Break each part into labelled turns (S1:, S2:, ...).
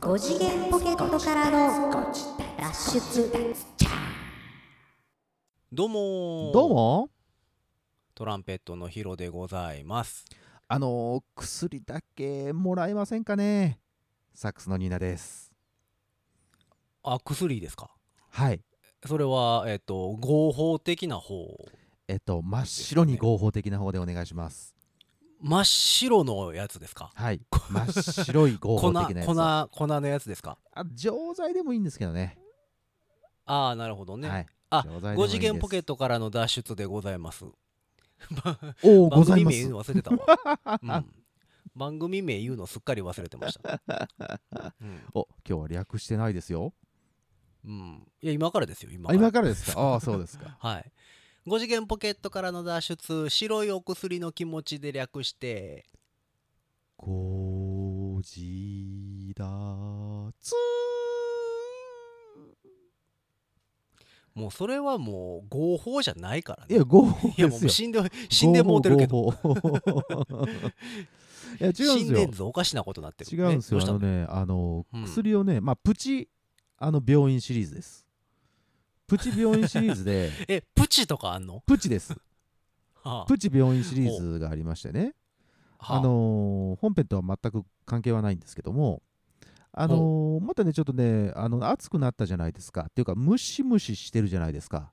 S1: 5次元ポケットからの脱出
S2: どうもー
S3: どうも
S2: トランペットのヒロでございます
S3: あのー薬だけもらえませんかねサックスのニーナです
S2: あ薬ですか
S3: はい
S2: それはえっ、と合法的な方
S3: えっと真っ白に合法的な方でお願いします
S2: 真っ白のやつですか
S3: はい真っ白い
S2: 粉
S3: 合法
S2: 粉
S3: 的なやつあ
S2: 粉のやつですか
S3: 錠剤でもいいんですけどね
S2: ああなるほどね、
S3: はい
S2: あ
S3: 錠剤でもいい
S2: 5次元ポケッ
S3: ト
S2: トからの脱出でございます
S3: おおご
S2: 番
S3: ざい
S2: 組
S3: ま
S2: 名言う
S3: す
S2: の忘れた わ、うん番組名言うのすっかり忘れてました、うん
S3: お今日は略してないですよ
S2: うん、いや今からですよ今か
S3: あ
S2: ら
S3: 今から ですかああそうですか
S2: はい。5次元ポケットからの脱出、白いお薬の気持ちで略して、
S3: ゴジラツ
S2: もうそれはもう合法じゃないから
S3: ー
S2: ね。
S3: いや合法
S2: いやも
S3: です
S2: う
S3: よ
S2: 死んで、死んでもうてるけど、
S3: ど。 いや違うんですよ。
S2: 死んでんぞ、おかしなことになってる。
S3: 違うんですよ。
S2: ね
S3: あ
S2: どうし
S3: の
S2: たの
S3: ね、あの
S2: うん
S3: 薬をね、まあプチあの病院シリーズです。プチ病院シリー ズで
S2: え、プチとかあんの
S3: プチです。
S2: はあ
S3: プチ病院シリーズがありましてね、
S2: は
S3: あのー本編とは全く関係はないんですけども。あのーまたねちょっとねあの暑くなったじゃないですかっていうかムシムシしてるじゃないですか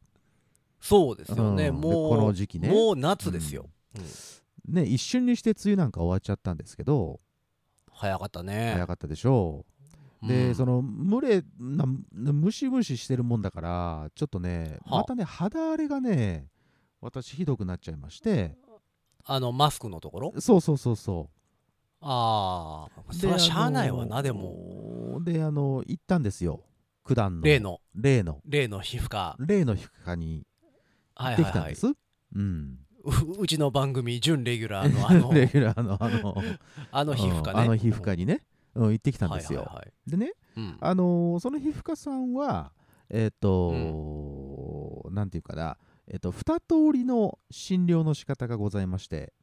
S2: そうですよね、
S3: うんで
S2: もう、
S3: この時期ね
S2: もう夏ですよ。うん
S3: ね一瞬にして梅雨なんか終わっちゃったんですけど
S2: 早かったね。
S3: 早かったでしょう
S2: う
S3: で、
S2: ん
S3: その蒸れなムシムシしてるもんだからちょっとね
S2: はあ
S3: またね肌荒れがね私ひどくなっちゃいまして
S2: あの、マスクのところ
S3: そうそうそうそ
S2: ああ、
S3: う
S2: それはしゃあないわな、でも。
S3: もであの行ったんですよ九段の
S2: 例の、
S3: 例の
S2: 例の皮膚科。
S3: 例の皮膚科に
S2: は
S3: 行
S2: い
S3: ってき
S2: はい
S3: たん
S2: は
S3: で
S2: い。
S3: す、うん
S2: ううちの番組準レギュラーのあ の
S3: レギュラーのあの
S2: あの皮膚科ね
S3: うんあの皮膚科にね、うん、行ってきたんですよ、
S2: はいはいはい
S3: でね
S2: うん
S3: あのーその皮膚科さんは、えっ、となんていうかな、えっと2通りの診療の仕方がございまして、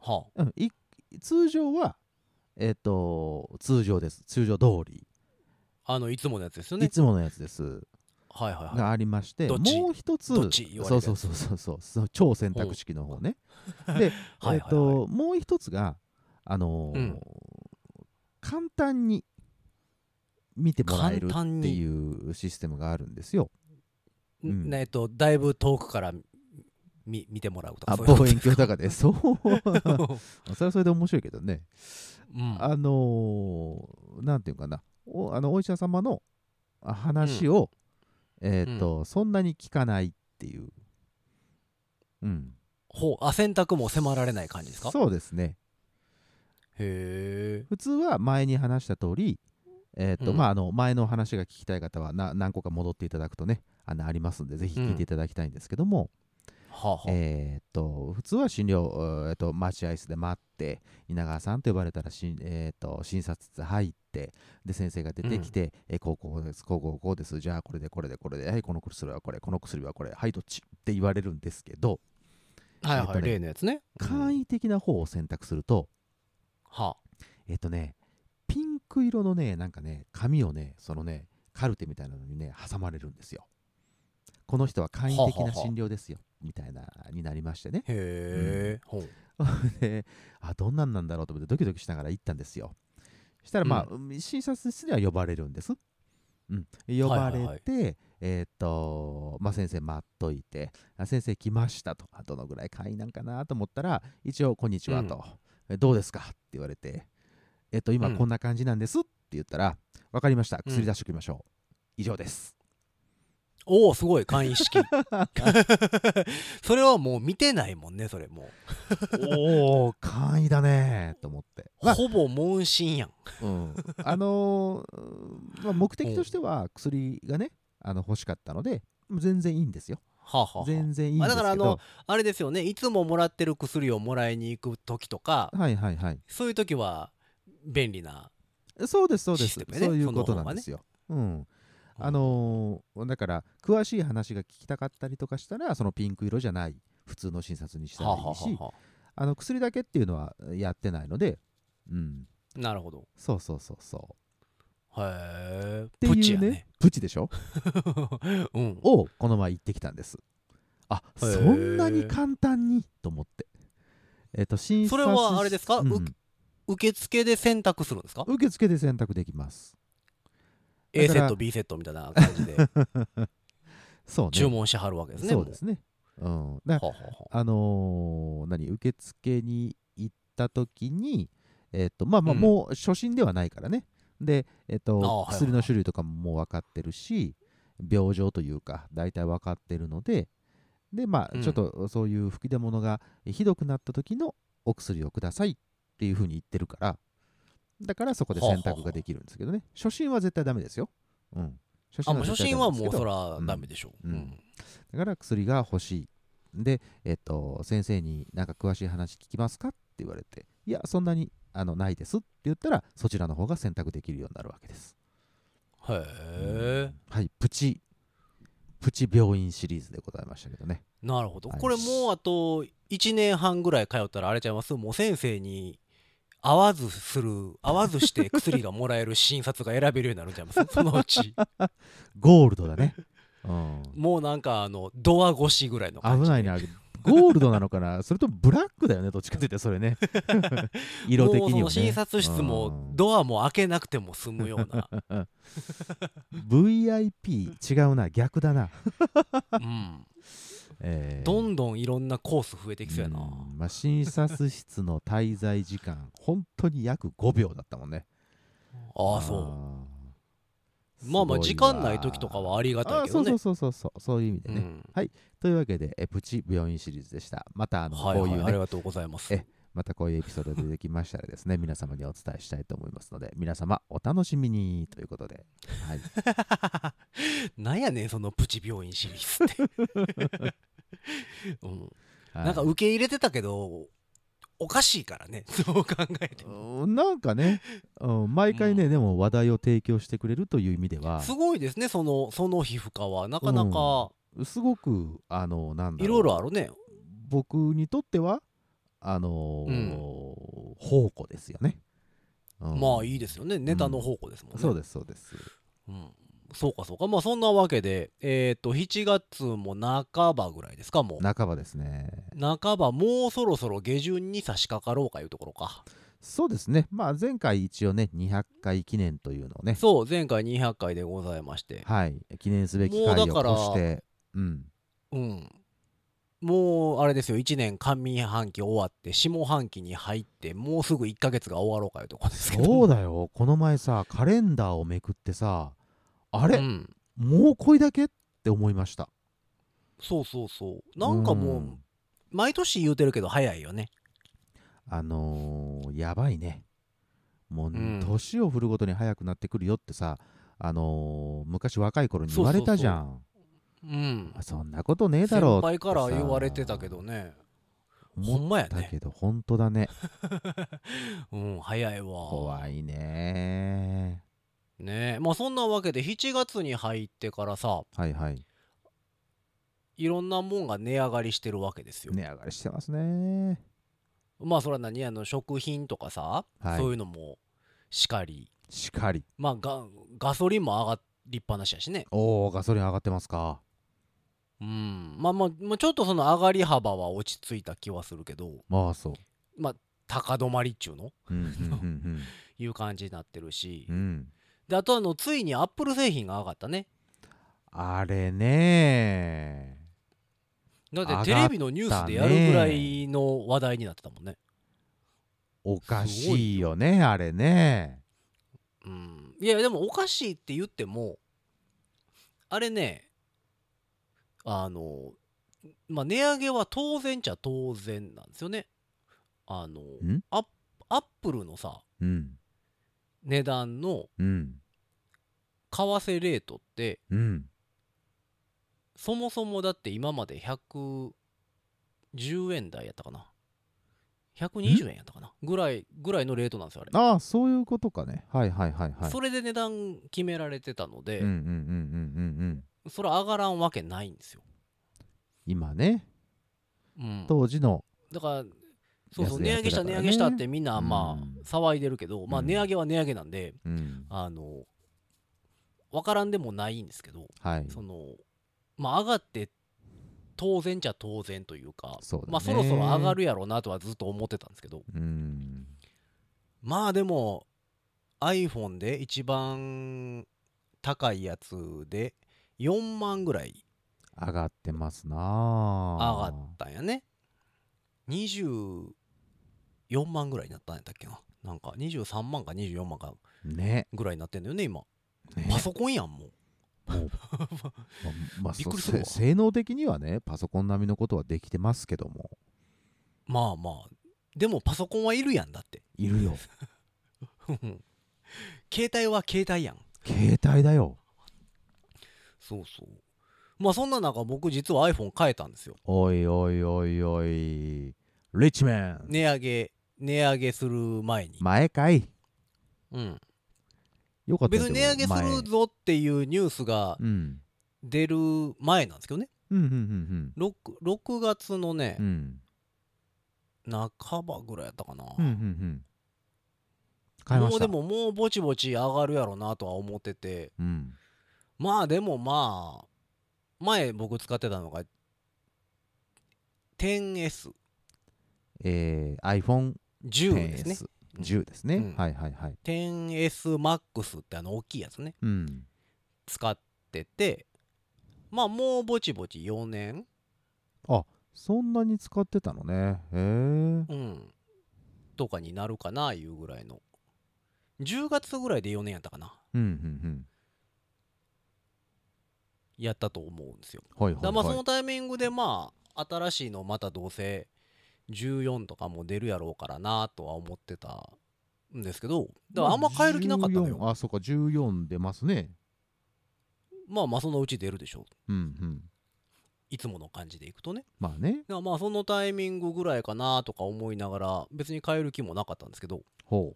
S2: は
S3: うん、い通常は、えっと通常です通常通り、
S2: ああのいつものやつですよね
S3: いつものやつです
S2: はいはいは
S3: がありまして
S2: どっち
S3: もう一つ
S2: どっち言われる
S3: そう
S2: やつ
S3: そうそうそうそうその超選択式の方ね で、
S2: はいはいはい
S3: えっともう一つが、あのー
S2: うん
S3: 簡単に見てもらえる
S2: 簡単
S3: っ
S2: に
S3: ていうシステムがあるんですよ。
S2: い、
S3: うん
S2: ねえっとだいぶ遠くから見見てもらうとか
S3: あ
S2: そういうこと
S3: 望遠
S2: です
S3: 鏡と かでそう
S2: か
S3: それはそれで面白いけどね
S2: うん
S3: あのーなんていうかなおあのお医者様のあ話を、えっ、と、そんなに聞かないっていううん
S2: ほうあ選択も迫られない感じですかへ
S3: そうですね
S2: え
S3: 普通は前に話した通りえっ、と、
S2: うん
S3: まああの前の話が聞きたい方はな何個か戻っていただくとねあのありますんでぜひ聞いていただきたいんですけども、
S2: はあはあ、
S3: えーっと普通は診療、えーっと待合室で待って稲川さんと呼ばれたらしん、えーっと診察室入ってで先生が出てきて、えーこうこうですこうこうこうですじゃあこれでこれでこれではいこの薬はこれこの薬はこれはいどっちって言われるんですけど
S2: はい
S3: え
S2: は
S3: っ
S2: い、
S3: とね
S2: 例のやつね、うん
S3: 簡易的な方を選択すると、
S2: は
S3: えーっとねピンク色のねなんかね紙をねそのねカルテみたいなのにね挟まれるんですよこの人は簡易的
S2: はは
S3: な
S2: は
S3: 診療ですよみたいなになりましてね
S2: あ、へえ、ほう
S3: であどんなんなんだろうと思ってドキドキしながら行ったんですよしたらまあ、診察室には呼ばれるんです、うん、呼ばれて、
S2: はい
S3: えーっと、まあ、先生待っといてあ先生来ましたとあどのぐらい会員なんかなと思ったら一応「こんにちは」と「えどうですか?」って言われて「えっと今
S2: うん
S3: こんな感じなんです」って言ったら「分かりました
S2: うん
S3: 薬出しておきましょう」以上です
S2: おおすごい簡易 式それはもう見てないもんねそれも
S3: おお 簡易だねーと思って、
S2: う、
S3: まあ
S2: ほぼ問診やん
S3: うん、あのーうんまあ、目的としては薬がねあの欲しかったので全然いいんですよ
S2: はあ、はあはあ、
S3: 全然いいん
S2: まあ
S3: です
S2: だか
S3: け
S2: らあ
S3: ど
S2: のあれですよねいつももらってる薬をもらいに行く時とか
S3: はいはいはい
S2: そういう時は便利な
S3: そうですそうで
S2: シス
S3: す、
S2: テムね
S3: そういうことなんですよ、うんあのーだから詳しい話が聞きたかったりとかしたらそのピンク色じゃない普通の診察にしたらいいし
S2: は
S3: あの薬だけっていうのはやってないのでうん
S2: なるほど
S3: そうそうそうそ
S2: へえ
S3: ていう
S2: プチやね
S3: プチでしょ
S2: うん
S3: をこの前行ってきたんですあ
S2: へ
S3: そ
S2: ー
S3: んなに簡単にと思ってえっ、と診察
S2: それはあれですか
S3: うん
S2: 受受付で選択するんですか
S3: 受付で選択できます。
S2: A
S3: だ
S2: セ
S3: から
S2: ット B セットみたいな感 じで
S3: そうね。
S2: 注文しはるわけですね
S3: そうですね。うん。
S2: もうはあ
S3: だ
S2: はあはあ
S3: あのー何受付に行った時に、えっとまあまあ
S2: うん
S3: もう初心ではないからね、で、えっと
S2: ああはいはい
S3: 薬の種類とかももう分かってるし病状というか大体分かってるのででま
S2: う
S3: あ
S2: ん
S3: ちょっとそういう吹き出物がひどくなった時のお薬をくださいっていうふうに言ってるからだからそこで選択ができるんですけどね初心は絶対ダメですよ、うん、初
S2: あもう初
S3: 絶対
S2: 心
S3: ダ
S2: は
S3: メです
S2: も
S3: け
S2: う
S3: ど
S2: そらダメでしょう、
S3: うん
S2: う
S3: うん
S2: ん
S3: だから薬が欲しい。で、えっと、先生になんか詳しい話聞きますかって言われて、いや、そんなにあのないですって言ったら、そちらの方が選択できるようになるわけです。
S2: へえ
S3: はい、プチ、プチ病院シリーズでございましたけどね。
S2: なるほど
S3: はい
S2: これもうあと1年半ぐらい通ったらあれちゃいますもう先生に合わずする合わずして薬がもらえる診察が選べるようになるんちゃいます そのうち
S3: ゴールドだね。うん、
S2: もうなんかあのドア越しぐらいの感じ
S3: 危ないな。ゴールドなのかなそれともブラックだよね、どっちかというとそ れね。色的
S2: も
S3: にも、
S2: う
S3: ね。
S2: その診察室もドアも開けなくても済むよう な、
S3: うん VIP 違うな、逆だな。
S2: うん、
S3: えー
S2: どんどんいろんなコース増えてきそうやな、
S3: うんまあ、診察室の滞在時間本当に約5秒だったもんね
S2: ああそう
S3: ー
S2: まあます
S3: ごい
S2: あ
S3: わ
S2: 時間ない時とかはありがたい
S3: あ
S2: け
S3: そ
S2: ど
S3: う
S2: ね
S3: そうそうそうそうそういう意味でね、
S2: うん
S3: というわけでえプチ病院シリーズでしたまたあの、
S2: はい、
S3: こういう
S2: はい、あり
S3: ね
S2: がとうございます
S3: えまたこういうエピソード出てきましたらですね皆様にお伝えしたいと思いますので皆様お楽しみにということで、 はい、
S2: なんやねんそのプチ病院シリーズ って、うん、
S3: はい
S2: なんか受け入れてたけどおかしいからね そう考えても
S3: うんなんかね、うん毎回ね、
S2: うん
S3: でも話題を提供してくれるという意味では
S2: すごいですねそのその皮膚科はなかなか
S3: すごくあのなんだ
S2: い
S3: ろう
S2: ろいろあるね、
S3: 僕にとってはあのー
S2: うん
S3: 宝庫ですよね、うん
S2: まあいいですよねネタの宝庫ですもんね、
S3: そうですそうです
S2: うん、そうかそうかまあそんなわけでえっ、と7月も半ばぐらいですかもう
S3: 半ばですね
S2: 半ばもうそろそろ下旬に差し掛かろうかいうところか
S3: そうですねまあ前回一応ね200回記念というのをね
S2: そう前回200回でございまして
S3: はい記念すべき
S2: もう
S3: 回を
S2: だ
S3: 越
S2: から
S3: してうん
S2: うんもうあれですよ1年上半期終わって下半期に入ってもうすぐ1ヶ月が終わろうかいうところですけど
S3: そうだよこの前さカレンダーをめくってさあれ、
S2: うん、
S3: もうこれだけって思いました
S2: そうそうそうなんかもう、
S3: ん
S2: 毎年言うてるけど早いよね
S3: あのーやばいね。もう、
S2: ん
S3: 年を振るごとに早くなってくるよってさ、あのー昔若い頃に言われたじゃん。
S2: うん
S3: あそんなことねえだ
S2: 先
S3: ろう
S2: 輩から言われてたけどねほん
S3: 思っ
S2: まや
S3: た
S2: ね
S3: けど、本当だね。
S2: うん早いわ
S3: 怖いね
S2: ねえまあそんなわけで7月に入ってからさ
S3: はいはい。
S2: いろんなもんが値上がりしてるわけですよ、
S3: 値上がりしてますね。
S2: まあそれは何あの食品とかさ、
S3: はい
S2: そういうのもしかり
S3: しかり。
S2: まあガガソリンも上がりっぱなしやしね
S3: おお、ガソリン上がってますか。
S2: うんまあまあまあちょっとその上がり幅は落ち着いた気はするけど
S3: まあそう。
S2: まあ高止まりっちゅうの
S3: うんうん
S2: いう感じになってるし、
S3: うんうん。うん。
S2: であとあのついにアップル製品が上がったね
S3: あれね
S2: だっ
S3: 上がってた
S2: テ
S3: ね
S2: レビのニュースでやるぐらいの話題になってたもんね
S3: おかしいよね、あれね
S2: うんいやでもおかしいって言ってもあれねあのまあ値上げは当然ちゃ当然なんですよねあの
S3: ん
S2: アッアップルのさ
S3: うん。
S2: 値段の
S3: うん。
S2: 為替レートって
S3: うん。
S2: そもそもだって今まで110円台やったかな120円やったかなぐらいぐらいのレートなんですよあれ
S3: ああそういうことかねはいはいはいはい
S2: それで値段決められてたので、
S3: うんうんうんうんうんうん
S2: それ上がらんわけないんですよ、
S3: 今ね
S2: うん、
S3: 当時の
S2: だからそうそう
S3: 安い
S2: 値
S3: や
S2: 上
S3: つ
S2: げした
S3: だからね
S2: 値上げしたってみんなまあ
S3: うん
S2: 騒いでるけど、まあ
S3: うん
S2: 値上げは値上げなんで、
S3: うん
S2: あの分からんでもないんですけど
S3: はい
S2: そのまあ上がって当然じゃ当然というか
S3: そうだね
S2: まあ、そろそろ上がるやろうなとはずっと思ってたんですけど
S3: うん
S2: まあでも iPhone で一番高いやつで4万ぐらい
S3: 上がってますな上
S2: 上がったんやね24万ぐらいになったんやったっけななんか23万か24万か
S3: ね
S2: ぐらいになってんだよね今
S3: ね
S2: パソコンやんもう
S3: ままあ
S2: びっくり
S3: そ
S2: するわ
S3: せ性能的にはねパソコン並みのことはできてますけども
S2: まあまあでもパソコンはいるやんだって
S3: いるよ
S2: うん携帯は携帯やん
S3: 携帯だよ
S2: そうそうまあそんな中僕実は iPhone 変えたんですよ
S3: おいおいおいおいリッチメン、
S2: 値上げ値上げする前に、
S3: 前かい
S2: うん、
S3: よかったよ
S2: 別に値上げ
S3: でも
S2: す
S3: 前
S2: るぞっていうニュースが
S3: うん
S2: 出る前なんですけどね
S3: うんうんうん
S2: 6, 6月のね
S3: うんうん
S2: 半ばぐらいやったかな、
S3: うんうんうん買いま
S2: も
S3: し
S2: う
S3: た
S2: でももうぼちぼち上がるやろなとは思ってて
S3: うん
S2: まあでもまあ前僕使ってたのが 10S10
S3: えー、
S2: 10ですね
S3: iPhone10S 10ですね、
S2: うん
S3: はいはいはい
S2: 10SMAX ってあの大きいやつね
S3: うん
S2: 使っててまあもうぼちぼち4年
S3: そんなに使ってたのねへえ
S2: うんとかになるかないうぐらいの10月ぐらいで4年やったかな
S3: うんうん
S2: やったと思うんですよ
S3: うんはいは
S2: だからまあ
S3: い
S2: そ
S3: は
S2: のタイミングでまあ新しいのまたどうせ14とかも出るやろうからなとは思ってたんですけど
S3: い
S2: だからあんま変える気なかったのよ
S3: 14あそうか14出ますね
S2: まあまあそのうち出るでしょう
S3: うんうん
S2: いつもの感じでいくとね
S3: まあね
S2: だからまあそのタイミングぐらいかなとか思いながら別に変える気もなかったんですけど
S3: ほ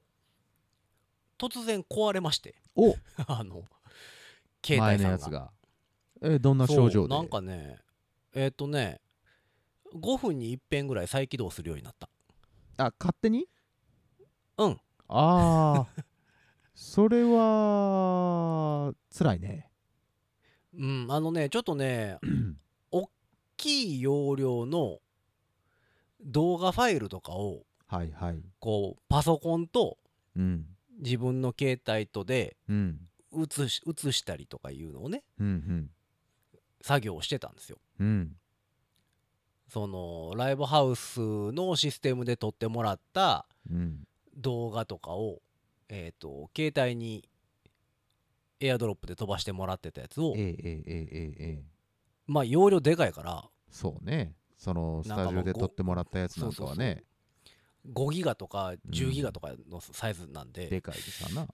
S2: 突然壊れまして
S3: うお
S2: あの携
S3: 前
S2: 帯
S3: の
S2: さ
S3: や
S2: ん
S3: つ
S2: が
S3: がえーどんな
S2: そう
S3: 症状で
S2: なんかねえっ、とね5分に1遍ぐらい再起動するようになった
S3: あ勝手に
S2: うん
S3: ああそれは辛 いね
S2: うんあのねちょっとね大きい容量の動画ファイルとかを
S3: はいはい
S2: こうパソコンと
S3: うん
S2: 自分の携帯とで
S3: うん
S2: 写し写したりとかいうのをね
S3: うん
S2: 作業をしてたんですよ。
S3: うんうん
S2: そのライブハウスのシステムで撮ってもらった
S3: うん
S2: 動画とかを、えー、と携帯にエアドロップで飛ばしてもらってたやつを
S3: ええええええええ
S2: まあ容量でかいから
S3: そうねそのス
S2: なんか
S3: タジオで
S2: もう
S3: 撮ってもらったやつ
S2: そ
S3: なん
S2: う
S3: か
S2: そうそ
S3: は
S2: う
S3: ね
S2: 5ギガとか10
S3: うん
S2: ギガとかのサイズなんで、
S3: でかいですわな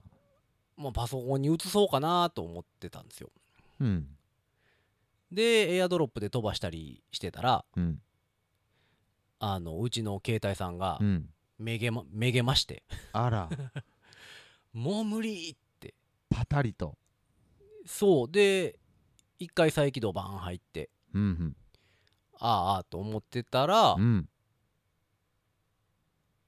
S2: まあ、パソコンに写そうかなと思ってたんですよ。
S3: うん
S2: でエアドロップで飛ばしたりしてたら
S3: うん
S2: あのうちの携帯さんが
S3: うん
S2: めげまめげまして
S3: あら
S2: 「もう無理!」って
S3: パタリと
S2: そうで一回再起動バーン入って
S3: うん
S2: ああああと思ってたら
S3: うん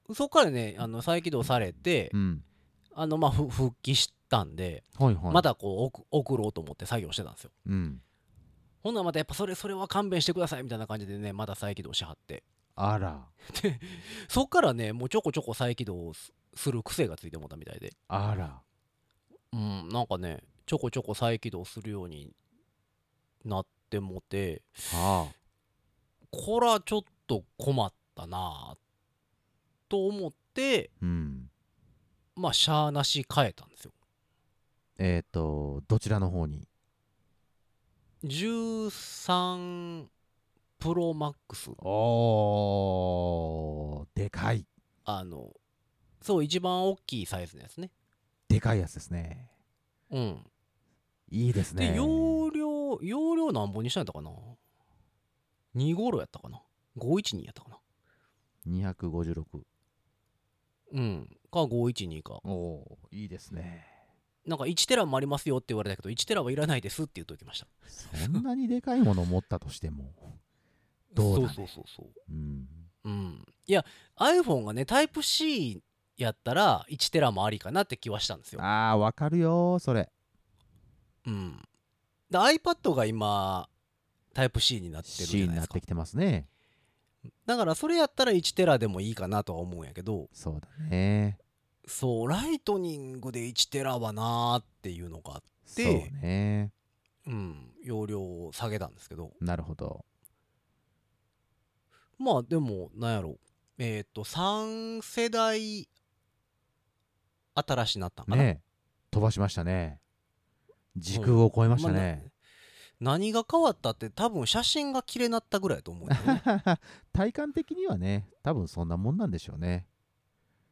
S3: うん
S2: そっからねあの再起動されて
S3: うん
S2: あのまあふ復帰したんで
S3: はいはい
S2: またこう送送ろうと思って作業してたんですよ
S3: うん
S2: ほんならまたやっぱそれそれは勘弁してくださいみたいな感じでねまた再起動しはって
S3: あら
S2: そっからねもうちょこちょこ再起動すする癖がついてもうたみたいで
S3: あら
S2: うん、なんかね、ちょこちょこ再起動するようになってもて、
S3: あ
S2: こらちょっと困ったなあと思って、
S3: うん
S2: まあ、しゃーなし変えたんですよ。
S3: えっ、とどちらの方に
S2: 13プロマックス、
S3: おーでかい
S2: あの、そう、一番大きいサイズのやつね。
S3: でかいやつですね
S2: うん。
S3: いいですね
S2: で、容量、容量なんぼにしたんやったかな ?2 頃やったかな ?512 やったかな
S3: 256
S2: うん。か512か。
S3: おおーいいですね
S2: なんか1テラもありますよって言われたけど1テラはいらないですって言っておきました
S3: そんなにでかいもの持ったとしてもどうだね
S2: そうそうそうそ
S3: うん
S2: ううんいや iPhone がねタイプ C やったら1テラもありかなって気はしたんですよ
S3: あーわかるよそれ
S2: ううんで iPad が今タイプ C になってるじ
S3: C
S2: ゃ
S3: に
S2: ない
S3: な
S2: です
S3: っ
S2: か
S3: てきてますね
S2: だからそれやったら1テラでもいいかなとは思うんやけど
S3: そうだね
S2: そうライトニングで1テラはなーっていうのがあっ
S3: そう
S2: で
S3: ね
S2: うん容量を下げたんですけど
S3: なるほど
S2: まあでもなんやろえっ、と3世代新しになったんかな、
S3: ね飛ばしましたね時空を超えましたね、
S2: まあな何が変わったって多分写真が綺麗になったぐらいやと思うよ ね
S3: 体感的にはね多分そんなもんなんでしょうね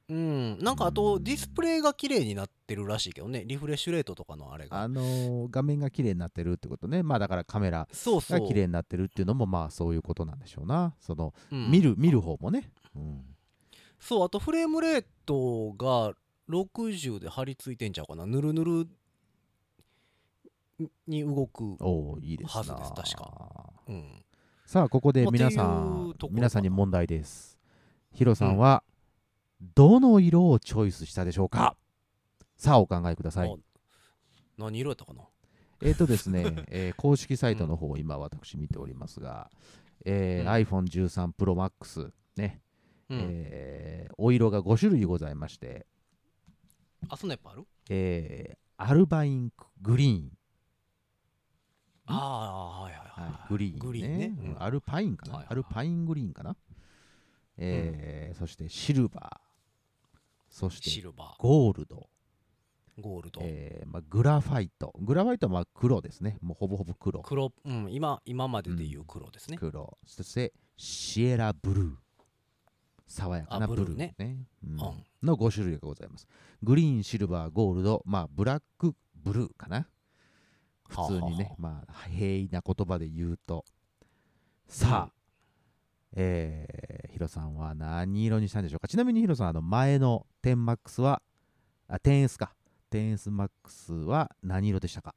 S2: うんなんかあとディスプレイが綺麗になってるらしいけどねリフレッシュレートとかのあれが
S3: あのー画面が綺麗になってるってことねまあだからカメラ
S2: そうそ
S3: が
S2: う
S3: 綺麗になってるっていうのもまあそういうことなんでしょうなその、
S2: うん
S3: 見る見る方もね、うん、
S2: そうあとフレームレートが60で張り付いてんちゃうかなぬるぬるに動く、
S3: おおいいですな
S2: はずです確かうん、
S3: さあここで
S2: まあ
S3: 皆さ
S2: ってい
S3: ん
S2: うところかな
S3: 皆さんに問題ですヒロさんは、どの色をチョイスしたでしょうかさあお考えください
S2: あ何色やったかな
S3: えっ、とで すね、えー公式サイトの方を今私見ておりますが、えー iPhone13 Pro Max ね、
S2: うん
S3: えーお色が5種類ございまして、
S2: あそんなんやっぱある
S3: えーアルバイングリーン、
S2: ああはいはいはい、
S3: グリーンね
S2: グリーンね
S3: う
S2: う
S3: ん
S2: ん
S3: アルパインかな、
S2: はいはい
S3: アルパイングリーンかな、えーそしてシルバー、そし
S2: シ
S3: て
S2: ルバ
S3: ゴールド、
S2: ーゴールド、
S3: えーまあ、グラファイト、グラファイトはまあ黒ですね、もうほぼほぼ黒、
S2: 黒、うん、今今まででいう黒ですね、
S3: 黒そしてシエラブルー爽やかな
S2: あ
S3: ブ
S2: ブ
S3: ル
S2: ル
S3: ー
S2: ー
S3: ね
S2: ね
S3: うん
S2: ん
S3: の5種類がございますグリーンシルバーゴールドまあブラックブルーかな
S2: はあ
S3: 普通にね
S2: はあ
S3: まあ平易な言葉で言うとさあ、えーヒロさんは何色にしたんでしょうかちなみにヒロさんあの前の 10MAX はあ 10S か 10SMAX は何色でしたか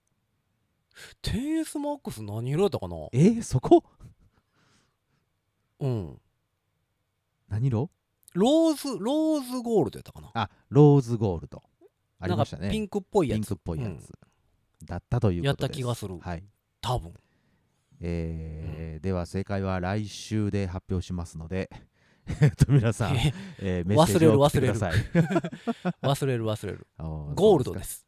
S2: 10S マックス何色やったかな
S3: えー、そこ
S2: うん
S3: 何色
S2: ローズローズゴールドやったかな
S3: あローズゴールドあり
S2: なん
S3: ま
S2: か
S3: したね
S2: ピンクっぽいや
S3: ピン
S2: つ
S3: クっぽいやつ、
S2: うん
S3: だったということです
S2: やった気がする
S3: はい
S2: 多分
S3: えーでは正解は来週で発表しますので えっと皆さん、えーメッセージを送ってください
S2: 忘れる忘 れる
S3: お
S2: ゴールド
S3: そう
S2: で
S3: です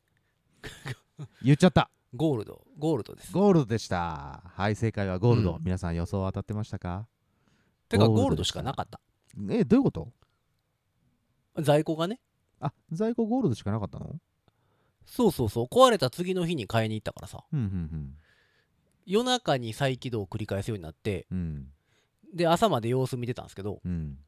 S2: す
S3: か言っちゃった
S2: ゴールドゴールドです
S3: ゴールドでしたはい正解はゴールド、
S2: うん
S3: 皆さん予想当たってましたか
S2: てか
S3: ゴールド
S2: ゴールドしかなかった
S3: えどういうこと
S2: 在庫がね
S3: あ在庫ゴールドしかなかったの
S2: そうそうそう壊れた次の日に買いに行ったからさ
S3: うんうん
S2: 夜中に再起動を繰り返すようになって
S3: うんうん
S2: で朝まで様子見てたんですけど
S3: うん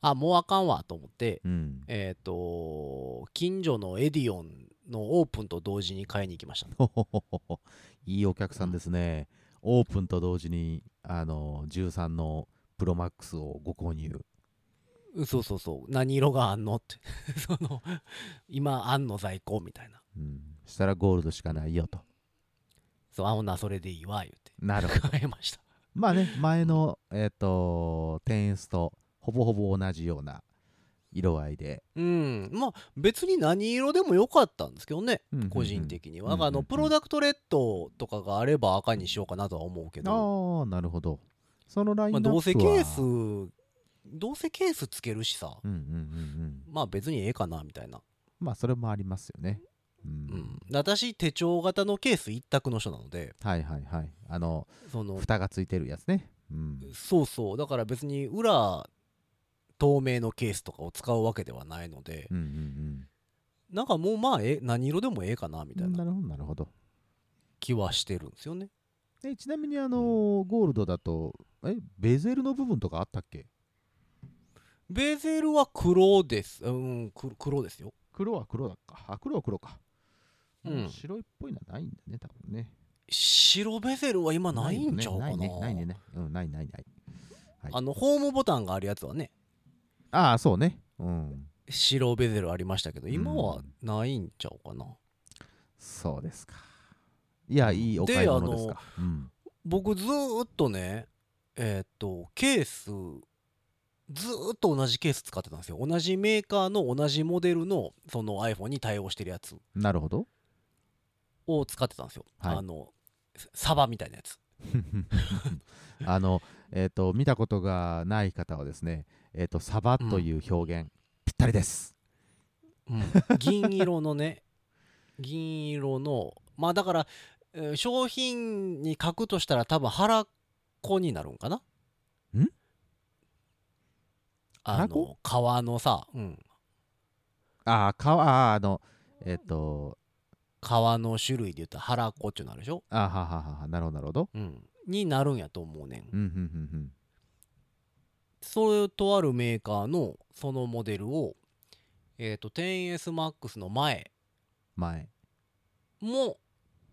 S2: あもうあかんわと思って
S3: うん
S2: えっ、と近所のエディオンのオープンと同時に買いに行きました
S3: ほほほほほいいお客さんですね、オープンと同時にあの13のプロマックスをご購入
S2: うんそうそうそう何色があんのって その今あんの在庫みたいな
S3: うん、したらゴールドしかないよと。
S2: そうあほなそれでいいわ言う
S3: なるほ
S2: て
S3: ど。
S2: 買いました
S3: まあね、前の、えっ、と、テンスとほぼほぼ同じような色合いで。
S2: うんまあ別に何色でもよかったんですけどね
S3: うんうんうん
S2: 個人的には
S3: う
S2: だ
S3: ん
S2: からあ
S3: うんう
S2: の
S3: ん
S2: プロダクトレッドとかがあれば赤にしようかなとは思うけど、
S3: ああ、なるほど。そのライン
S2: ま
S3: ナ
S2: あ、
S3: ッ
S2: ど
S3: プは、
S2: うせケースどうせケースつけるしさ
S3: うんうんうんうん。
S2: まあ別にええかなみたいな、
S3: まあ、それもありますよね。うん。
S2: うん、私手帳型のケース一択の人なので
S3: はいはいはい。あの、
S2: その
S3: 蓋がついてるやつね。うん。
S2: そうそうだから別に裏透明のケースとかを使うわけではないので
S3: うんうんうん。
S2: なんかもうまあえ何色でもええかなみたい
S3: な
S2: な
S3: るほど、なるほど。
S2: 気はしてるんですよね
S3: えちなみに、あのゴールドだと、え、ベゼルの部分とかあったっけ
S2: ベゼルは黒ですうんく黒ですよ
S3: 黒は黒だか。あ、黒は黒か。
S2: うん
S3: 白いっぽいのはないんだね、多分ね。
S2: 白ベゼルは今ないんちゃうかな
S3: ないね、ないね、ないね。うん、ないないない。はい
S2: あのホームボタンがあるやつはね
S3: ああ、そうね。うん。
S2: 白ベゼルありましたけど
S3: うん
S2: 今はないんちゃうかな、
S3: そうですか。いや、いいお買い物ですか。うん。
S2: 僕ずーっとねえーっとケースずーっと同じケース使ってたんですよ同じメーカーの同じモデルのその iPhone に対応してるやつ
S3: なるほど。
S2: を使ってたんですよ、
S3: はい
S2: あのサバみたいなやつ
S3: あの、えっ、と、見たことがない方はですね、えっ、と、サバという表現、ぴったりです。
S2: 銀色のね 銀色のまあだからえー商品に書くとしたら多分腹子になるんかなんあ
S3: 腹子
S2: の革のさ、うん、
S3: ああ、かわ、あーあの、えっ、と、
S2: 革の種類で言ったら腹子っていうのあるでしょ、
S3: あーははははなるほど、なるほど。
S2: うん、になるんやと思うねん、
S3: うん、うん、うん、
S2: それとあるメーカーのそのモデルをえっ、と 10SMAX の前
S3: うん。前、
S2: も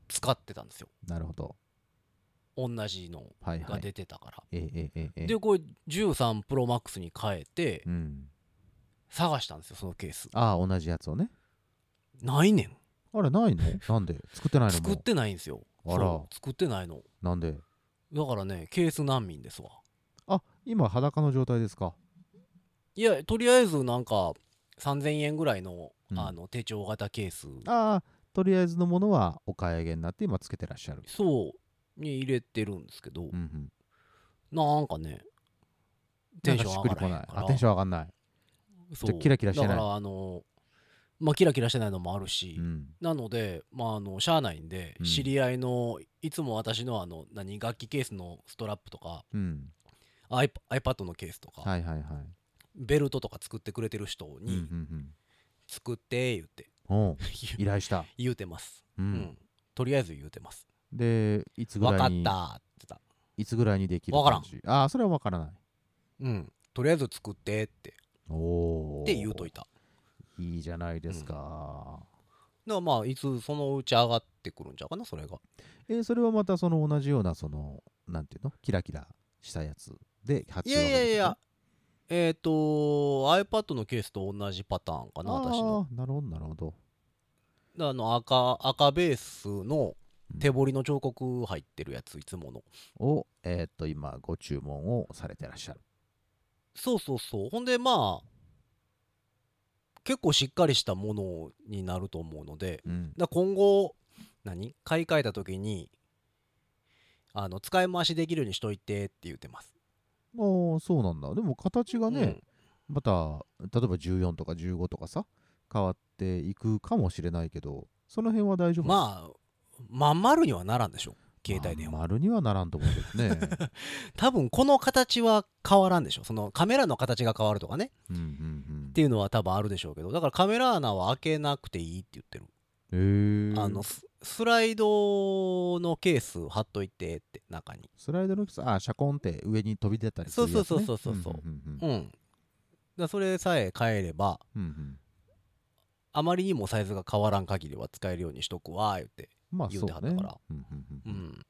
S2: 使ってたんですよ
S3: なるほど。
S2: 同じの
S3: はいは
S2: が
S3: い。
S2: 出てたから、
S3: ええええええ
S2: でこれ13 ProMax に変えて
S3: うん。
S2: 探したんですよそのケース
S3: ああ、同じやつをね。
S2: ないねん
S3: あれ、ないのなんで作ってないの
S2: 作
S3: も
S2: っ
S3: う
S2: てないんですよ
S3: あら
S2: そう作ってないの
S3: なんで
S2: だからねケース難民ですわ
S3: あ今、裸の状態ですか。
S2: いやとりあえずなんか3000円ぐらいの,、
S3: うん
S2: あの手帳型ケース
S3: ああ、とりあえずのものはお買い上げになって、今、つけてらっしゃる。
S2: そうに入れてるんですけど、
S3: うん、うん。
S2: なんかねテ
S3: なん
S2: ンショ
S3: か
S2: ン
S3: しっ
S2: 上
S3: く
S2: が
S3: り
S2: らへん
S3: こない
S2: か。ら
S3: あ、テンション上がんない。
S2: そう
S3: ちょキラキラしてない
S2: だからあのまあキラキラしてないのもあるし、
S3: うん。
S2: なので、まあ、あのしゃあないんで、
S3: うん
S2: 知り合いのいつも私のあの何楽器ケースのストラップとか
S3: うん。
S2: iP- iPad のケースとか、
S3: はいはいはい。
S2: ベルトとか作ってくれてる人
S3: うんう
S2: に
S3: ん
S2: 「作って」言って
S3: うん。おう
S2: 言
S3: 依
S2: う
S3: 頼した。
S2: 言うてます、
S3: う
S2: うん
S3: ん。
S2: とりあえず言うてます
S3: で、いつ
S2: 「
S3: ぐ
S2: 分からっ
S3: いに
S2: た」って言ってた、
S3: いつぐらいにできる
S2: わからん
S3: 感じああ、それはわからない。
S2: うん「とりあえず作って」って
S3: おお。
S2: って言うといただか
S3: いいじゃないですか。
S2: らまあいつそのうち上がってくるんちゃうかなそれが
S3: えーそれはまたその同じような、その、なんていうのキラキラしたやつで発
S2: い
S3: 注
S2: やいやい
S3: が
S2: やえっ、と iPad のケースと同じパターンか
S3: でき
S2: な
S3: た。
S2: 私の
S3: ああ、なるほど、なるほど。
S2: あの赤赤ベースの
S3: うん
S2: 手彫りの彫刻入ってるやついつもの
S3: を、えーっと、今、ご注文をされてらっしゃる。
S2: そうそうそうほんでまあ結構しっかりしたものになると思うので
S3: うん。
S2: だ今後何買い替えた時にあの使い回しできるようにしといてって言ってます、
S3: ああ、そうなんだ。でも、形がね、
S2: うん
S3: また例えば14とか15とかさ変わっていくかもしれないけどその辺は大丈夫あ
S2: まあまん丸にはならんでしょ携帯電話、
S3: 丸にはならんと思うけどね
S2: 多分この形は変わらんでしょそのカメラの形が変わるとかね
S3: うんうんうん
S2: っていうのは多分あるでしょうけどだからカメラ穴は開けなくていいって言ってる
S3: へー
S2: あのススライドのケース貼っといてって中に
S3: スライドのあシャコンって上に飛び出たりするやつ、ね、
S2: そうそうそうそうそう
S3: うんうん
S2: うんだからそれさえ変えれば
S3: うんうん
S2: あまりにもサイズが変わらん限りは使えるようにしとくわ言って
S3: まあ
S2: 言
S3: そうう
S2: てはった
S3: ね
S2: から
S3: うんうん
S2: う
S3: うん
S2: ん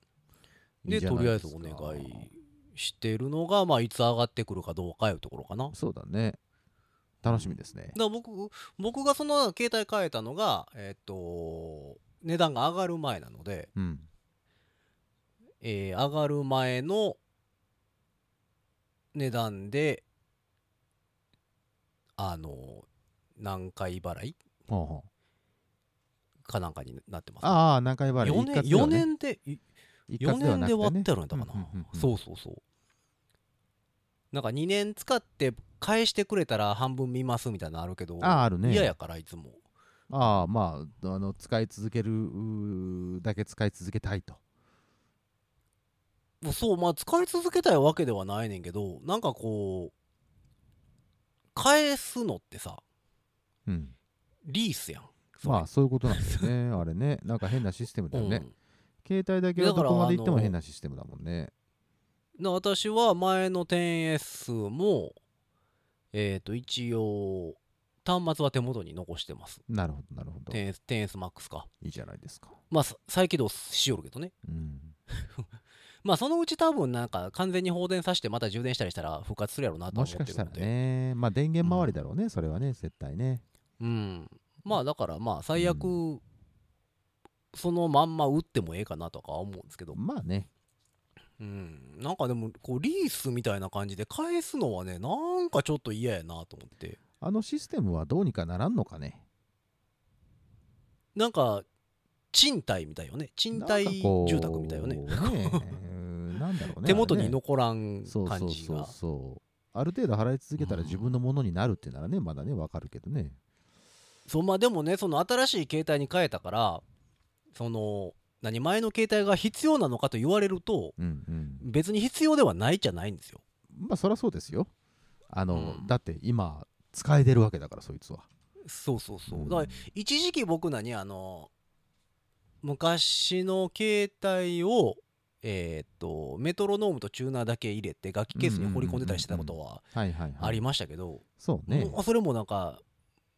S3: い
S2: で
S3: いじゃ
S2: と
S3: ない
S2: りあえ
S3: で
S2: ず
S3: すか
S2: お願いしてるのがまあいつ上がってくるかどうかいうところかなだか
S3: そうだね楽しみですね、
S2: ら僕僕がその携帯変えたのがえっと値段が上がる前なので、
S3: うん、
S2: えー上がる前の値段であの何回払い
S3: ほうほう
S2: かなんかになってます、
S3: ああ何回払い
S2: 4年4
S3: 一括ではね
S2: 年でい
S3: 一
S2: 4
S3: 括は
S2: 年で
S3: なくてね
S2: 割ってるんやったかな、
S3: うんうんうんうん
S2: そうそうそうなんか2年使って返してくれたら半分見ますみたいなのあるけど
S3: ああるね
S2: 嫌やからいつも
S3: ああまああの使い続けるうーだけ使い続けたいと
S2: もうそうまあ使い続けたいわけではないねんけどなんかこう返すのってさ
S3: うん
S2: リースやんそれ
S3: まあそういうことなんだよねあれねなんか変なシステムだよね、
S2: うん
S3: 携帯だけは
S2: だか
S3: ど
S2: ら
S3: こまで行って
S2: あ
S3: も
S2: の
S3: 変なシステムだもんね
S2: な私は前の 10S もえっ、と一応端末は手元に残してます
S3: なるほどなるほど
S2: 10S, 10SMAX か
S3: いいじゃないですか
S2: まあさ再起動しよるけどね
S3: うん
S2: まあそのうち多分なんか完全に放電させてまた充電したりしたら復活するやろうなとは
S3: も
S2: 思って
S3: しか
S2: る
S3: した
S2: の
S3: ら
S2: で、
S3: ねまあ電源周りだろうね、それはね絶対ね
S2: うんまあだからまあ最悪、
S3: う
S2: そのまんま打ってもええかなとかは思うんですけど、
S3: まあね
S2: うん、なんかでもこうリースみたいな感じで返すのはねなんかちょっと嫌やなと思って
S3: あのシステムはどうにかならんのかね
S2: なんか賃貸みたいよね賃
S3: なんか
S2: 貸
S3: こう
S2: 住宅みたいよね
S3: うんなんだろうね
S2: 手元に
S3: の
S2: 残らん
S3: そうそ
S2: 感
S3: う
S2: じ
S3: そう
S2: が
S3: そうある程度払い続けたら
S2: うん
S3: 自分のものになるってならねまだねわかるけどね
S2: そうまあでもねその新しい携帯に変えたからその何前の携帯が必要なのかと言われると
S3: うんうん
S2: 別に必要ではないじゃないんですよ
S3: まあそりゃそうですよあの、
S2: うん
S3: だって今使えてるわけだからそいつは
S2: そうそうそう、
S3: うん
S2: だから一時期僕なにあの昔の携帯をえーっとメトロノームとチューナーだけ入れて楽器ケースに放り込んでたりしてたことは
S3: はいはいはい
S2: ありましたけど、
S3: そうね
S2: もうそれもなんか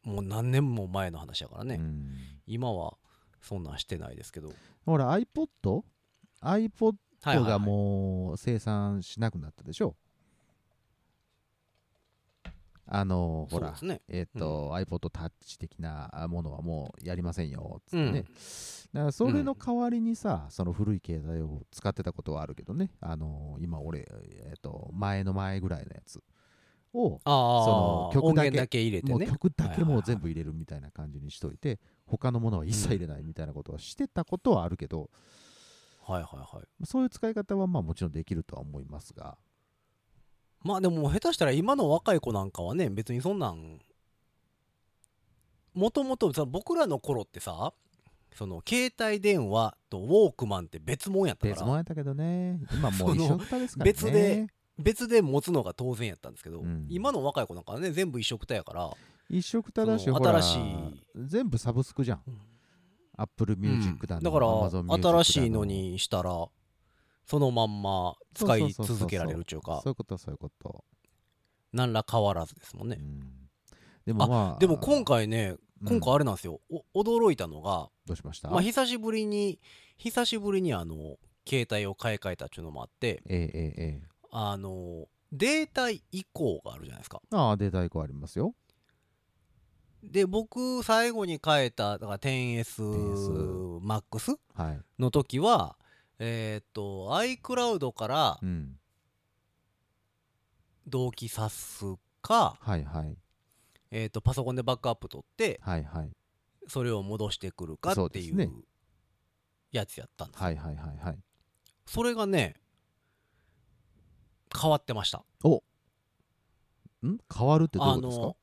S2: もう何年も前の話やからね、
S3: うん
S2: 今はそんなんしてないですけど、
S3: ほら iPod?iPod
S2: はいはいはい
S3: がもう生産しなくなったでしょあの
S2: そ
S3: ほ
S2: う
S3: ら
S2: ですね
S3: えっと iPod タッチ的なものはもうやりませんよつっ
S2: う
S3: て
S2: ん
S3: ねだからそれの代わりにさその古い携帯を使ってたことはあるけどねあの今俺えっと前の前ぐらいのやつを
S2: ああ
S3: その曲
S2: 音
S3: だけ
S2: 源だけ入れて
S3: もう
S2: ね
S3: 曲だけもう全
S2: 部
S3: 部入れるみたいな感じにしといて他のものは一切入れないみたいなことはしてたことはあるけど
S2: はいはいはい
S3: そういう使い方はまあもちろんできるとは思いますが、
S2: まあでも下手したら今の若い子なんかはね別にそんなんもともとさ僕らの頃ってさその携帯電話とウォークマンって別物やった
S3: 別
S2: か
S3: 物
S2: ら
S3: やったけどね、今もう一緒の歌ですからね。
S2: 別で、別で持つのが当然やったんですけど、
S3: うん
S2: 今の若い子なんかはね全部一緒くたやから
S3: 一緒くただし、
S2: その
S3: ほ
S2: 新
S3: ら
S2: しい
S3: 全部サブスクじゃん
S2: うん。
S3: アップルミュージックだ
S2: う
S3: の
S2: ん、だか
S3: Amazon
S2: ら
S3: Music だ
S2: 新しいのにしたらそのまんま
S3: そうそ
S2: 使
S3: うそう
S2: い
S3: そう
S2: 続けられるっていうか
S3: そういうこと、そういうこと。
S2: 何ら変わらずですもんね
S3: う、んでもまあ、
S2: でも今回ね今回
S3: うん
S2: あれなんですよ、お驚いたのが
S3: どうしました
S2: まあ、久しぶりに久しぶりにあの携帯を買い替えたっていうのもあって
S3: ええええええ
S2: あのデータ移行があるじゃないですか
S3: ああ、データ移行ありますよ。
S2: で僕最後に変えただから
S3: 10S
S2: 10SMAX
S3: はい。
S2: の時はえーっと iCloud から
S3: うん。
S2: 同期さすか、
S3: はいはい。
S2: えーっとパソコンでバックアップ取って
S3: はいはい。
S2: それを戻してくるか
S3: そう
S2: って
S3: です
S2: い
S3: ね
S2: うやつやったんです
S3: はいはいはいはい。
S2: それがね変わってました
S3: ん変わるってどういう
S2: あ
S3: ことですか
S2: の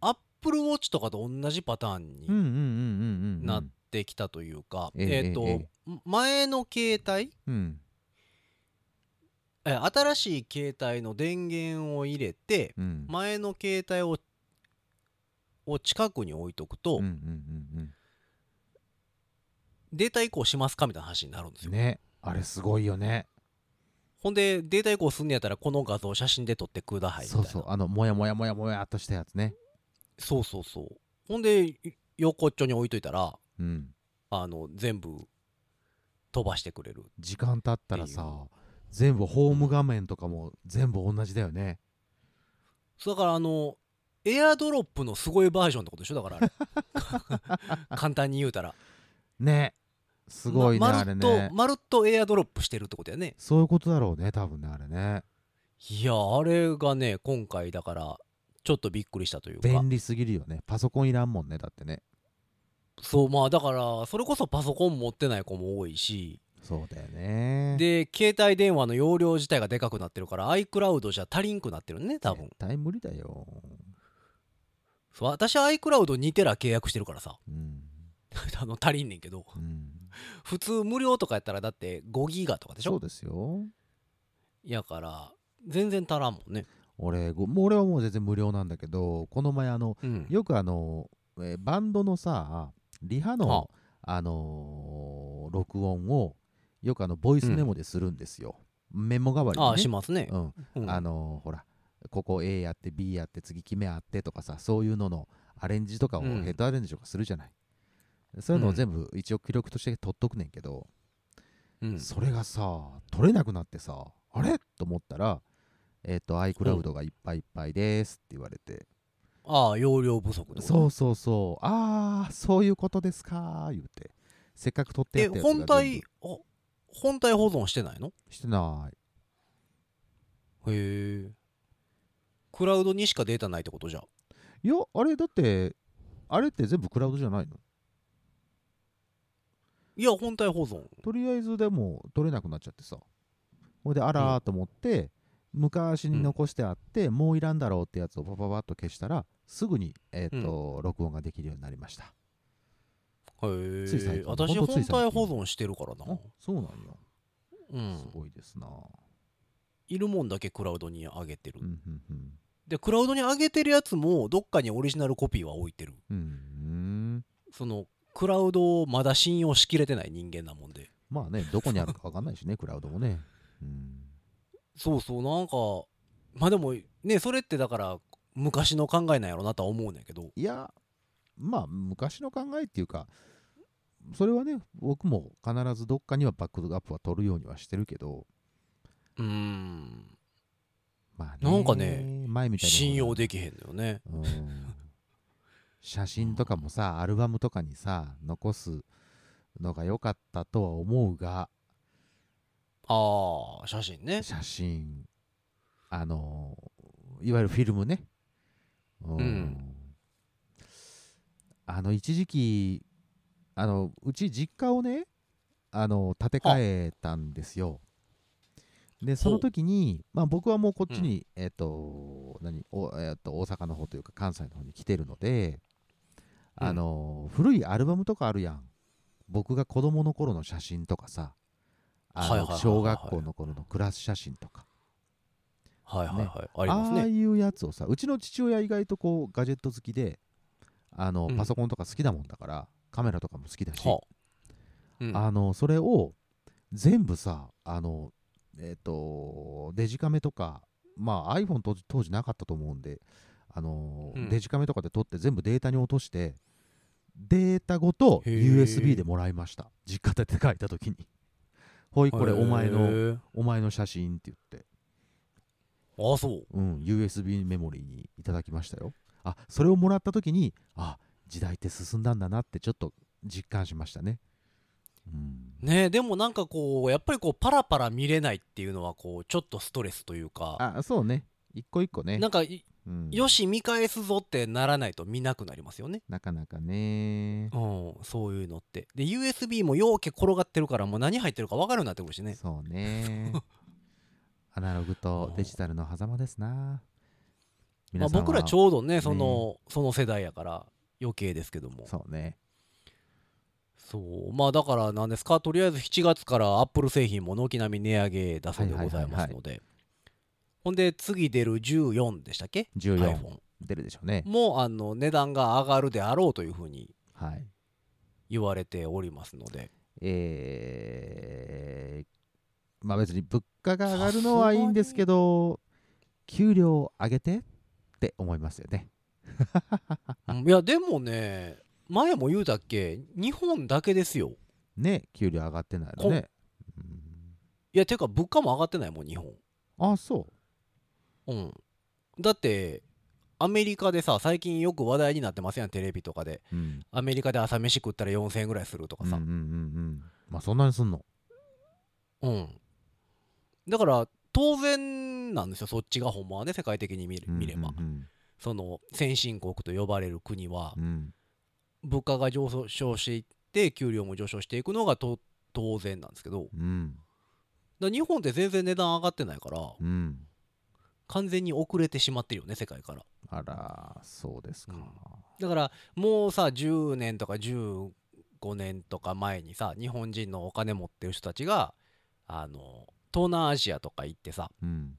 S2: アップルウォッチとかと同じパターン
S3: うん
S2: に
S3: うんうんうんうんうん。
S2: なってきたというか、
S3: ええ
S2: えっ、と、
S3: え
S2: 前の携帯
S3: うん。
S2: え新しい携帯の電源を入れて
S3: うん。
S2: 前の携帯をを近くに置いとくと、
S3: うんうんうんうん
S2: データ移行しますかみたいな話になるんですよ、
S3: ねあれすごいよね、
S2: ほんでデータ移行すんのやったらこの画像を写真で撮ってくださいみたい
S3: そう
S2: な
S3: そうあのモヤモヤモヤモヤっとしたやつね
S2: そうそうそうほんでい横っちょに置いといたら
S3: うん
S2: あの全部飛ばしてくれる
S3: 時間経ったら
S2: ってい
S3: さ全部ホーム画面とかも全部同じだよね、
S2: そうだからあのエアドロップのすごいバージョンってことでしょだからあれ 簡単に言うたら
S3: ねすごいね、
S2: ま
S3: あ
S2: ま
S3: れ
S2: るっと
S3: ね
S2: まるっとエアドロップしてるってことやね
S3: そういうことだろうね多分ねあれね
S2: いやあれがね今回だからちょっとびっくりしたというか
S3: 便利すぎるよねパソコンいらんもんねだってね
S2: そうまあだからそれこそパソコン持ってない子も多いし
S3: そうだよね
S2: で携帯電話の容量自体がでかくなってるから iCloud じゃ足りんくなってるね多分
S3: 絶対無理だよ
S2: そう私 iCloud2 テラ契約してるからさ
S3: うん、
S2: あの足りんねんけど
S3: うん、
S2: 普通無料とかやったらだって5ギガとかでし
S3: そう
S2: ょ
S3: ですよ
S2: やから全然足らんもんね
S3: 俺ごもう俺はもう全然無料なんだけどこの前あの
S2: うん
S3: よくあの、えーバンドのさリハ
S2: は
S3: の、あのー録音をよくあのボイスメモでするんですよ、メモ代わりに、ね
S2: ああしますね、
S3: うん
S2: うん
S3: あのーほらここ A やって B やって次決めあってとかさそういうののアレンジとかを
S2: うん
S3: ヘッドアレンジとかするじゃない、そういうのを
S2: うん
S3: 全部一応記録として取っとくねんけど、
S2: うん
S3: それがさ取れなくなってさあれと思ったらえっ、と iCloud がいっぱいいっぱいですって言われて、
S2: ああ容量不足ってこと
S3: そうそうそうああそういうことですかー言うてせっかく撮って
S2: え
S3: やったやつが
S2: 本
S3: 全
S2: 体
S3: 部
S2: ほ本体保存してないの
S3: してない
S2: へえクラウドにしかデータないってことじゃ
S3: いやあれだってあれって全部クラウドじゃないの
S2: いや本体保存
S3: とりあえずでも取れなくなっちゃってさほいであらーと思って、昔に残してあって、もういらんだろうってやつをパパパッと消したらすぐに、えーと録音ができるようになりました
S2: へ
S3: つい最
S2: え
S3: 近
S2: 私
S3: ほ
S2: 本
S3: んとつい最近
S2: 体保存してるから
S3: あ
S2: な
S3: そうなんよ、
S2: うん
S3: すごいですな、
S2: いるもんだけクラウドに上げてる
S3: うんうんうん
S2: でクラウドに上げてるやつもどっかにオリジナルコピーは置いてる
S3: うんうん
S2: そのクラウドをまだ信用しきれてない人間なもんで
S3: まあねどこにあるか分かんないしねクラウドもねうん
S2: そうそうなんかまあでもねそれってだから昔の考えなんやろなとは思うんやけど
S3: いやまあ昔の考えっていうかそれはね僕も必ずどっかにはバックアップは取るようにはしてるけど
S2: うーん
S3: まあね
S2: なんかね
S3: 前みたいに
S2: 信用できへんのよね
S3: うん写真とかもさアルバムとかにさ残すのが良かったとは思うが
S2: ああ写真ね
S3: 写真あのいわゆるフィルムねう
S2: うん
S3: あの一時期あのうち実家をねあの建て替えたんですよでその時に、まあ、僕はもうこっちに、えっ、と何お、えっと大阪の方というか関西の方に来てるので
S2: うん
S3: あの、古いアルバムとかあるやん僕が子供の頃の写真とかさあの
S2: はいはいはいはい
S3: 小学校の頃のクラス写真とか
S2: はいはいはい、あり
S3: あ
S2: ます
S3: あ
S2: ね
S3: いうやつをさうちの父親意外とこうガジェット好きであの、
S2: うん
S3: パソコンとか好きだもんだからカメラとかも好きだし、
S2: はあ、うん、
S3: あのそれを全部さあのえっ、とデジカメとかまあ iPhone 当時当時なかったと思うんであの、
S2: うん
S3: デジカメとかで撮って全部データに落としてデータごと
S2: へー
S3: USB でもらいました実家建て替えた時に 「ほいこれお前
S2: へ
S3: の
S2: ー
S3: お前の写真」って言って
S2: ああそう
S3: うん、USB メモリーにいただきましたよ。あそれをもらった時にあ時代って進んだんだなってちょっと実感しましたね。うん、
S2: ねえでもなんかこうやっぱりこうパラパラ見れないっていうのはこうちょっとストレスというか
S3: あそうね一個一個ね
S2: なんかい
S3: うん、
S2: よし見返すぞってならないと見なくなりますよね
S3: なかなかね、
S2: うんそういうのってで USB もようけ転がってるからもう何入ってるか分かるようになってくるしね
S3: そ うねアナログとデジタルの狭間ですな。
S2: まあ、
S3: 皆さんは
S2: 僕らちょうどねそのその世代やから余計ですけども
S3: そうね
S2: そうまあだからなんですかとりあえず7月からアップル製品も軒並み値上げだそうでございますので、ほんで次出る14でしたっけ
S3: 14
S2: iPhone
S3: 出るでしょうね。
S2: もあの値段が上がるであろうというふうに
S3: はい
S2: 言われておりますので
S3: えーまあ別に物価が上がるのはいいんですけど、給料を上げてって思いますよね。
S2: うんいやでもね前も言うたっけ日本だけですよ
S3: ね、給料上がってないのね。うん
S2: いやてか物価も上がってないもん日本
S3: あ、そう。
S2: うんだってアメリカでさ最近よく話題になってますやんテレビとかで
S3: うん、
S2: アメリカで朝飯食ったら4000円ぐらいするとか
S3: うんうんう
S2: さ
S3: んうん。まあそんなにすんの。
S2: うん、だから当然なんですよそっちがほんまはね世界的に見れ見れば、
S3: うん
S2: その先進国と呼ばれる国は
S3: うんうん
S2: 物価が上昇していって給料も上昇していくのがと当然なんですけど
S3: うんうん
S2: だ日本って全然値段上がってないから
S3: うん
S2: 完全に遅れてしまってるよね世界から
S3: あら、そうですか。
S2: だからもうさ10年とか15年とか前にさ日本人のお金持ってる人たちがあの東南アジアとか行ってさ
S3: うん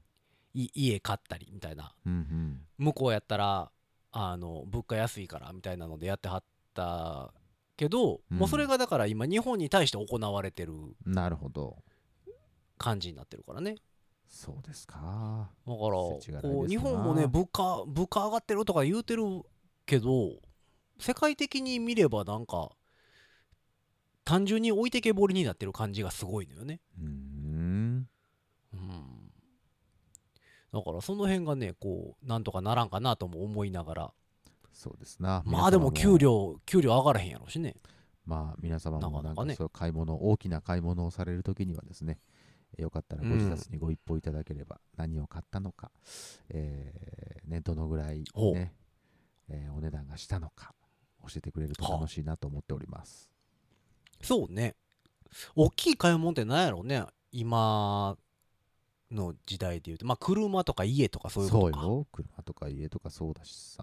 S2: い家買ったりみたいな
S3: うんうん
S2: 向こうやったらあの物価安いからみたいなのでやってはったけど、
S3: うん
S2: もうそれがだから今日本に対して行われてる
S3: なるほど。
S2: 感じになってるからね
S3: そうですか。
S2: だからこ
S3: 世知辛いです
S2: う
S3: な
S2: 日本もね物価物価上がってるとか言うてるけど世界的に見ればなんか単純に置いてけぼりになってる感じがすごいのよね。
S3: うん。
S2: うんだからその辺がねこうなんとかならんかなとも思いながら
S3: そうですな。
S2: まあでも
S3: 皆様
S2: 給料給料上がらへんやろしね
S3: まあ皆様
S2: な
S3: も
S2: かな
S3: な
S2: んか
S3: か
S2: ね
S3: そう買い物、大きな買い物をされるときにはですね、えーよかったらご自宅にご一報いただければ、何を買ったのか、えーね、どのぐらい、
S2: ほう
S3: ねえーお値段がしたのか、教えてくれると
S2: はあ
S3: 楽しいなと思っております。
S2: そうね大きい買い物ってなんやろうね今の時代でいうとまあ車とか家とかそういうこ
S3: そう
S2: とか
S3: よ車とか家とかそうだしさ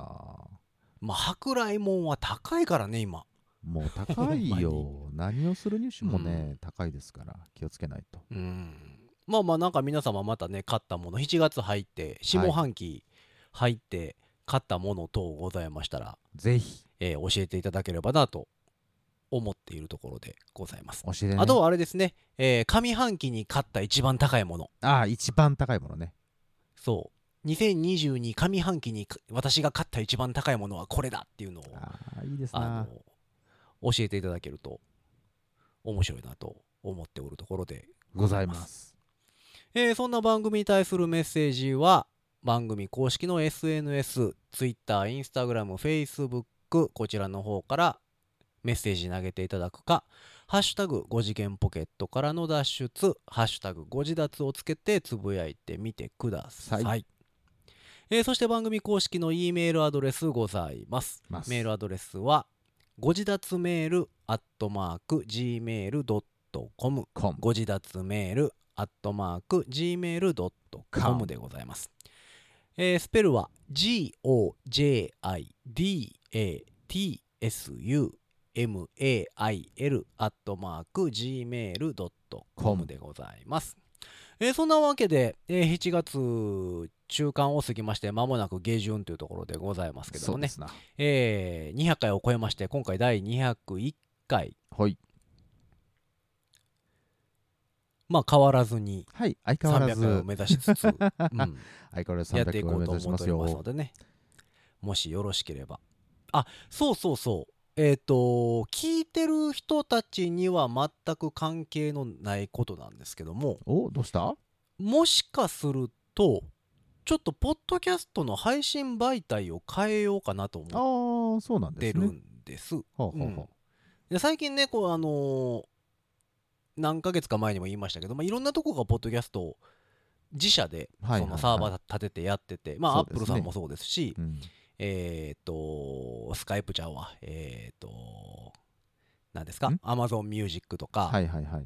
S2: まあ舶来物は高いからね今
S3: もう高い よ何をするにしてもね、高いですから気をつけないと
S2: うんまあまあなんか皆様またね買ったもの7月入って下半期入って買ったもの等ございましたら、
S3: ぜひ
S2: えー教えていただければなと思っているところでございます、
S3: 教えてね
S2: あとはあれですね、えー上半期に買った一番高いもの
S3: ああ一番高いものね
S2: そう2022上半期にか私が買った一番高いものはこれだっていうのを
S3: ああいいです
S2: あ
S3: な
S2: の教えていただけると面白いなと思っておるところで
S3: ございます
S2: えーそんな番組に対するメッセージは番組公式の SNS、Twitter、Instagram、Facebook こちらの方からメッセージ投げていただくか「ハッシュタグ #5 次元ポケット」からの脱出「ハッシュタグ #5 次脱」をつけてつぶやいてみてください、
S3: は
S2: えーそして番組公式の E メールアドレスございます
S3: ます
S2: メールアドレスはご自立メールアットマーク Gmail.com
S3: コン
S2: ご自立メールアットマーク
S3: com
S2: Gmail.com でございます、えースペルは GOJIDATSUMAIL アットマーク Gmail.com でございます、えーそんなわけで、えー7月中間を過ぎまして間もなく下旬というところでございますけど
S3: そ
S2: も
S3: うで
S2: ね、
S3: すな
S2: えー200回を超えまして今回第201回
S3: はい
S2: まあ変わらずに
S3: はい相変わら
S2: 300
S3: ず
S2: 回を目指しつつ、 うん
S3: 相変わらず
S2: やってい
S3: 300
S2: こ
S3: を
S2: う
S3: 目
S2: と
S3: 指し
S2: 思
S3: ま
S2: ってお
S3: す
S2: り
S3: よ
S2: ますのでねもしよろしければあそうそうそうえっ、と聞いてる人たちには全く関係のないことなんですけども
S3: おどうした
S2: もしかするとちょっとポッドキャストの配信媒体を変えようかなと思っ
S3: ああそうなん
S2: て
S3: です
S2: る
S3: ね
S2: んです
S3: ほうほう
S2: うん
S3: ほ
S2: で最近ねこうあのー何ヶ月か前にも言いましたけど、まあ、いろんなとこがポッドキャストを自社で
S3: はいはい
S2: そのサーバー立ててやってて、まあ
S3: そ
S2: ア
S3: う
S2: ッ
S3: です
S2: プ
S3: ね
S2: ルさんもそうですし
S3: ううん
S2: えっ、とスカイプちゃんはえっ、と何ですか
S3: ん
S2: アマゾンミュージックとか、
S3: はいはいはい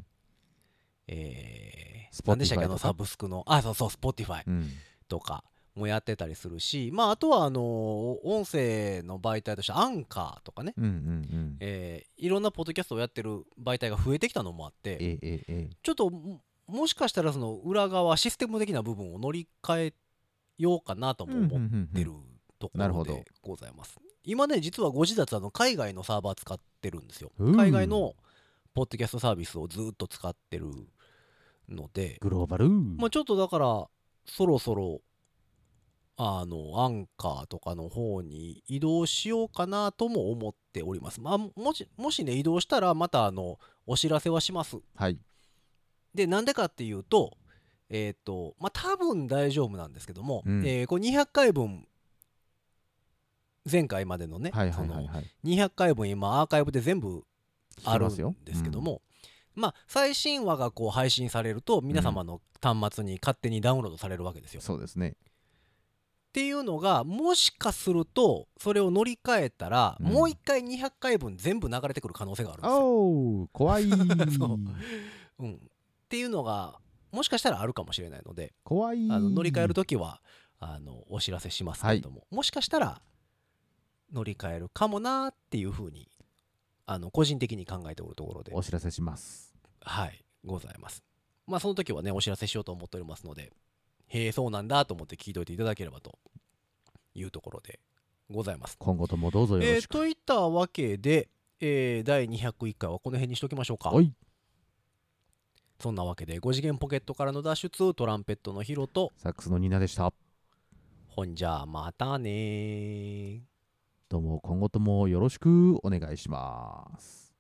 S2: えー
S3: Spotify
S2: 何でしたっけあの
S3: とか
S2: サブスクのあそうそう Spotify
S3: うん
S2: とかもやってたりするし、まああとはあのー音声の媒体としてアンカーとかね
S3: うんうんうん
S2: えーいろんなポッドキャストをやってる媒体が増えてきたのもあって
S3: えええ
S2: ちょっとももしかしたらその裏側システム的な部分を乗り換えようかなとも思っ
S3: って
S2: るとこ
S3: なる
S2: ろ
S3: ほ
S2: で
S3: ど
S2: ございます、今ね実はご自立あの海外のサーバー使ってるんですよ
S3: うん
S2: 海外のポッドキャストサービスをずっと使ってるので、
S3: グローバル
S2: まあ、ちょっとだからそろそろあのアンカーとかの方に移動しようかなとも思っております。まあ、もしもしね移動したらまたあのお知らせはします。
S3: はい
S2: でなんでかっていうとえっ、とまあ多分大丈夫なんですけども、
S3: うん
S2: えーこれ200回分前回までのね、
S3: はいはいはいはい
S2: その200回分今アーカイブで全部
S3: 聞
S2: あ
S3: き
S2: る
S3: ま
S2: んですけど、も、まあ、最新話がこう配信されると皆様の端末に勝手にダウンロードされるわけです
S3: うん
S2: よ。っ
S3: そうですね
S2: ていうのがもしかするとそれを乗り換えたら、
S3: うん
S2: もう1回200回分全部流れてくる可能性があるんですよ。
S3: おー怖い
S2: そううん、っていうのがもしかしたらあるかもしれないので
S3: 怖い
S2: あの乗り換える時はあのお知らせしますけれども、もしかしたら乗り換えるかもなーっていうふうにあの個人的に考えておるところで
S3: お知らせします
S2: はい、ございます。まあ、その時はね、お知らせしようと思っておりますので、へえ、そうなんだと思って聞いといていただければというところでございます。
S3: 今後ともどうぞよ
S2: え
S3: ろ
S2: ー
S3: しく、
S2: といったわけで、えー第201回はこの辺にしときましょうか
S3: お。い
S2: そんなわけで、5次元ポケットからの脱出、トランペットのヒロと、
S3: サックスのニーナでした
S2: ほんじゃ、またねー。
S3: どうも今後ともよろしくお願いします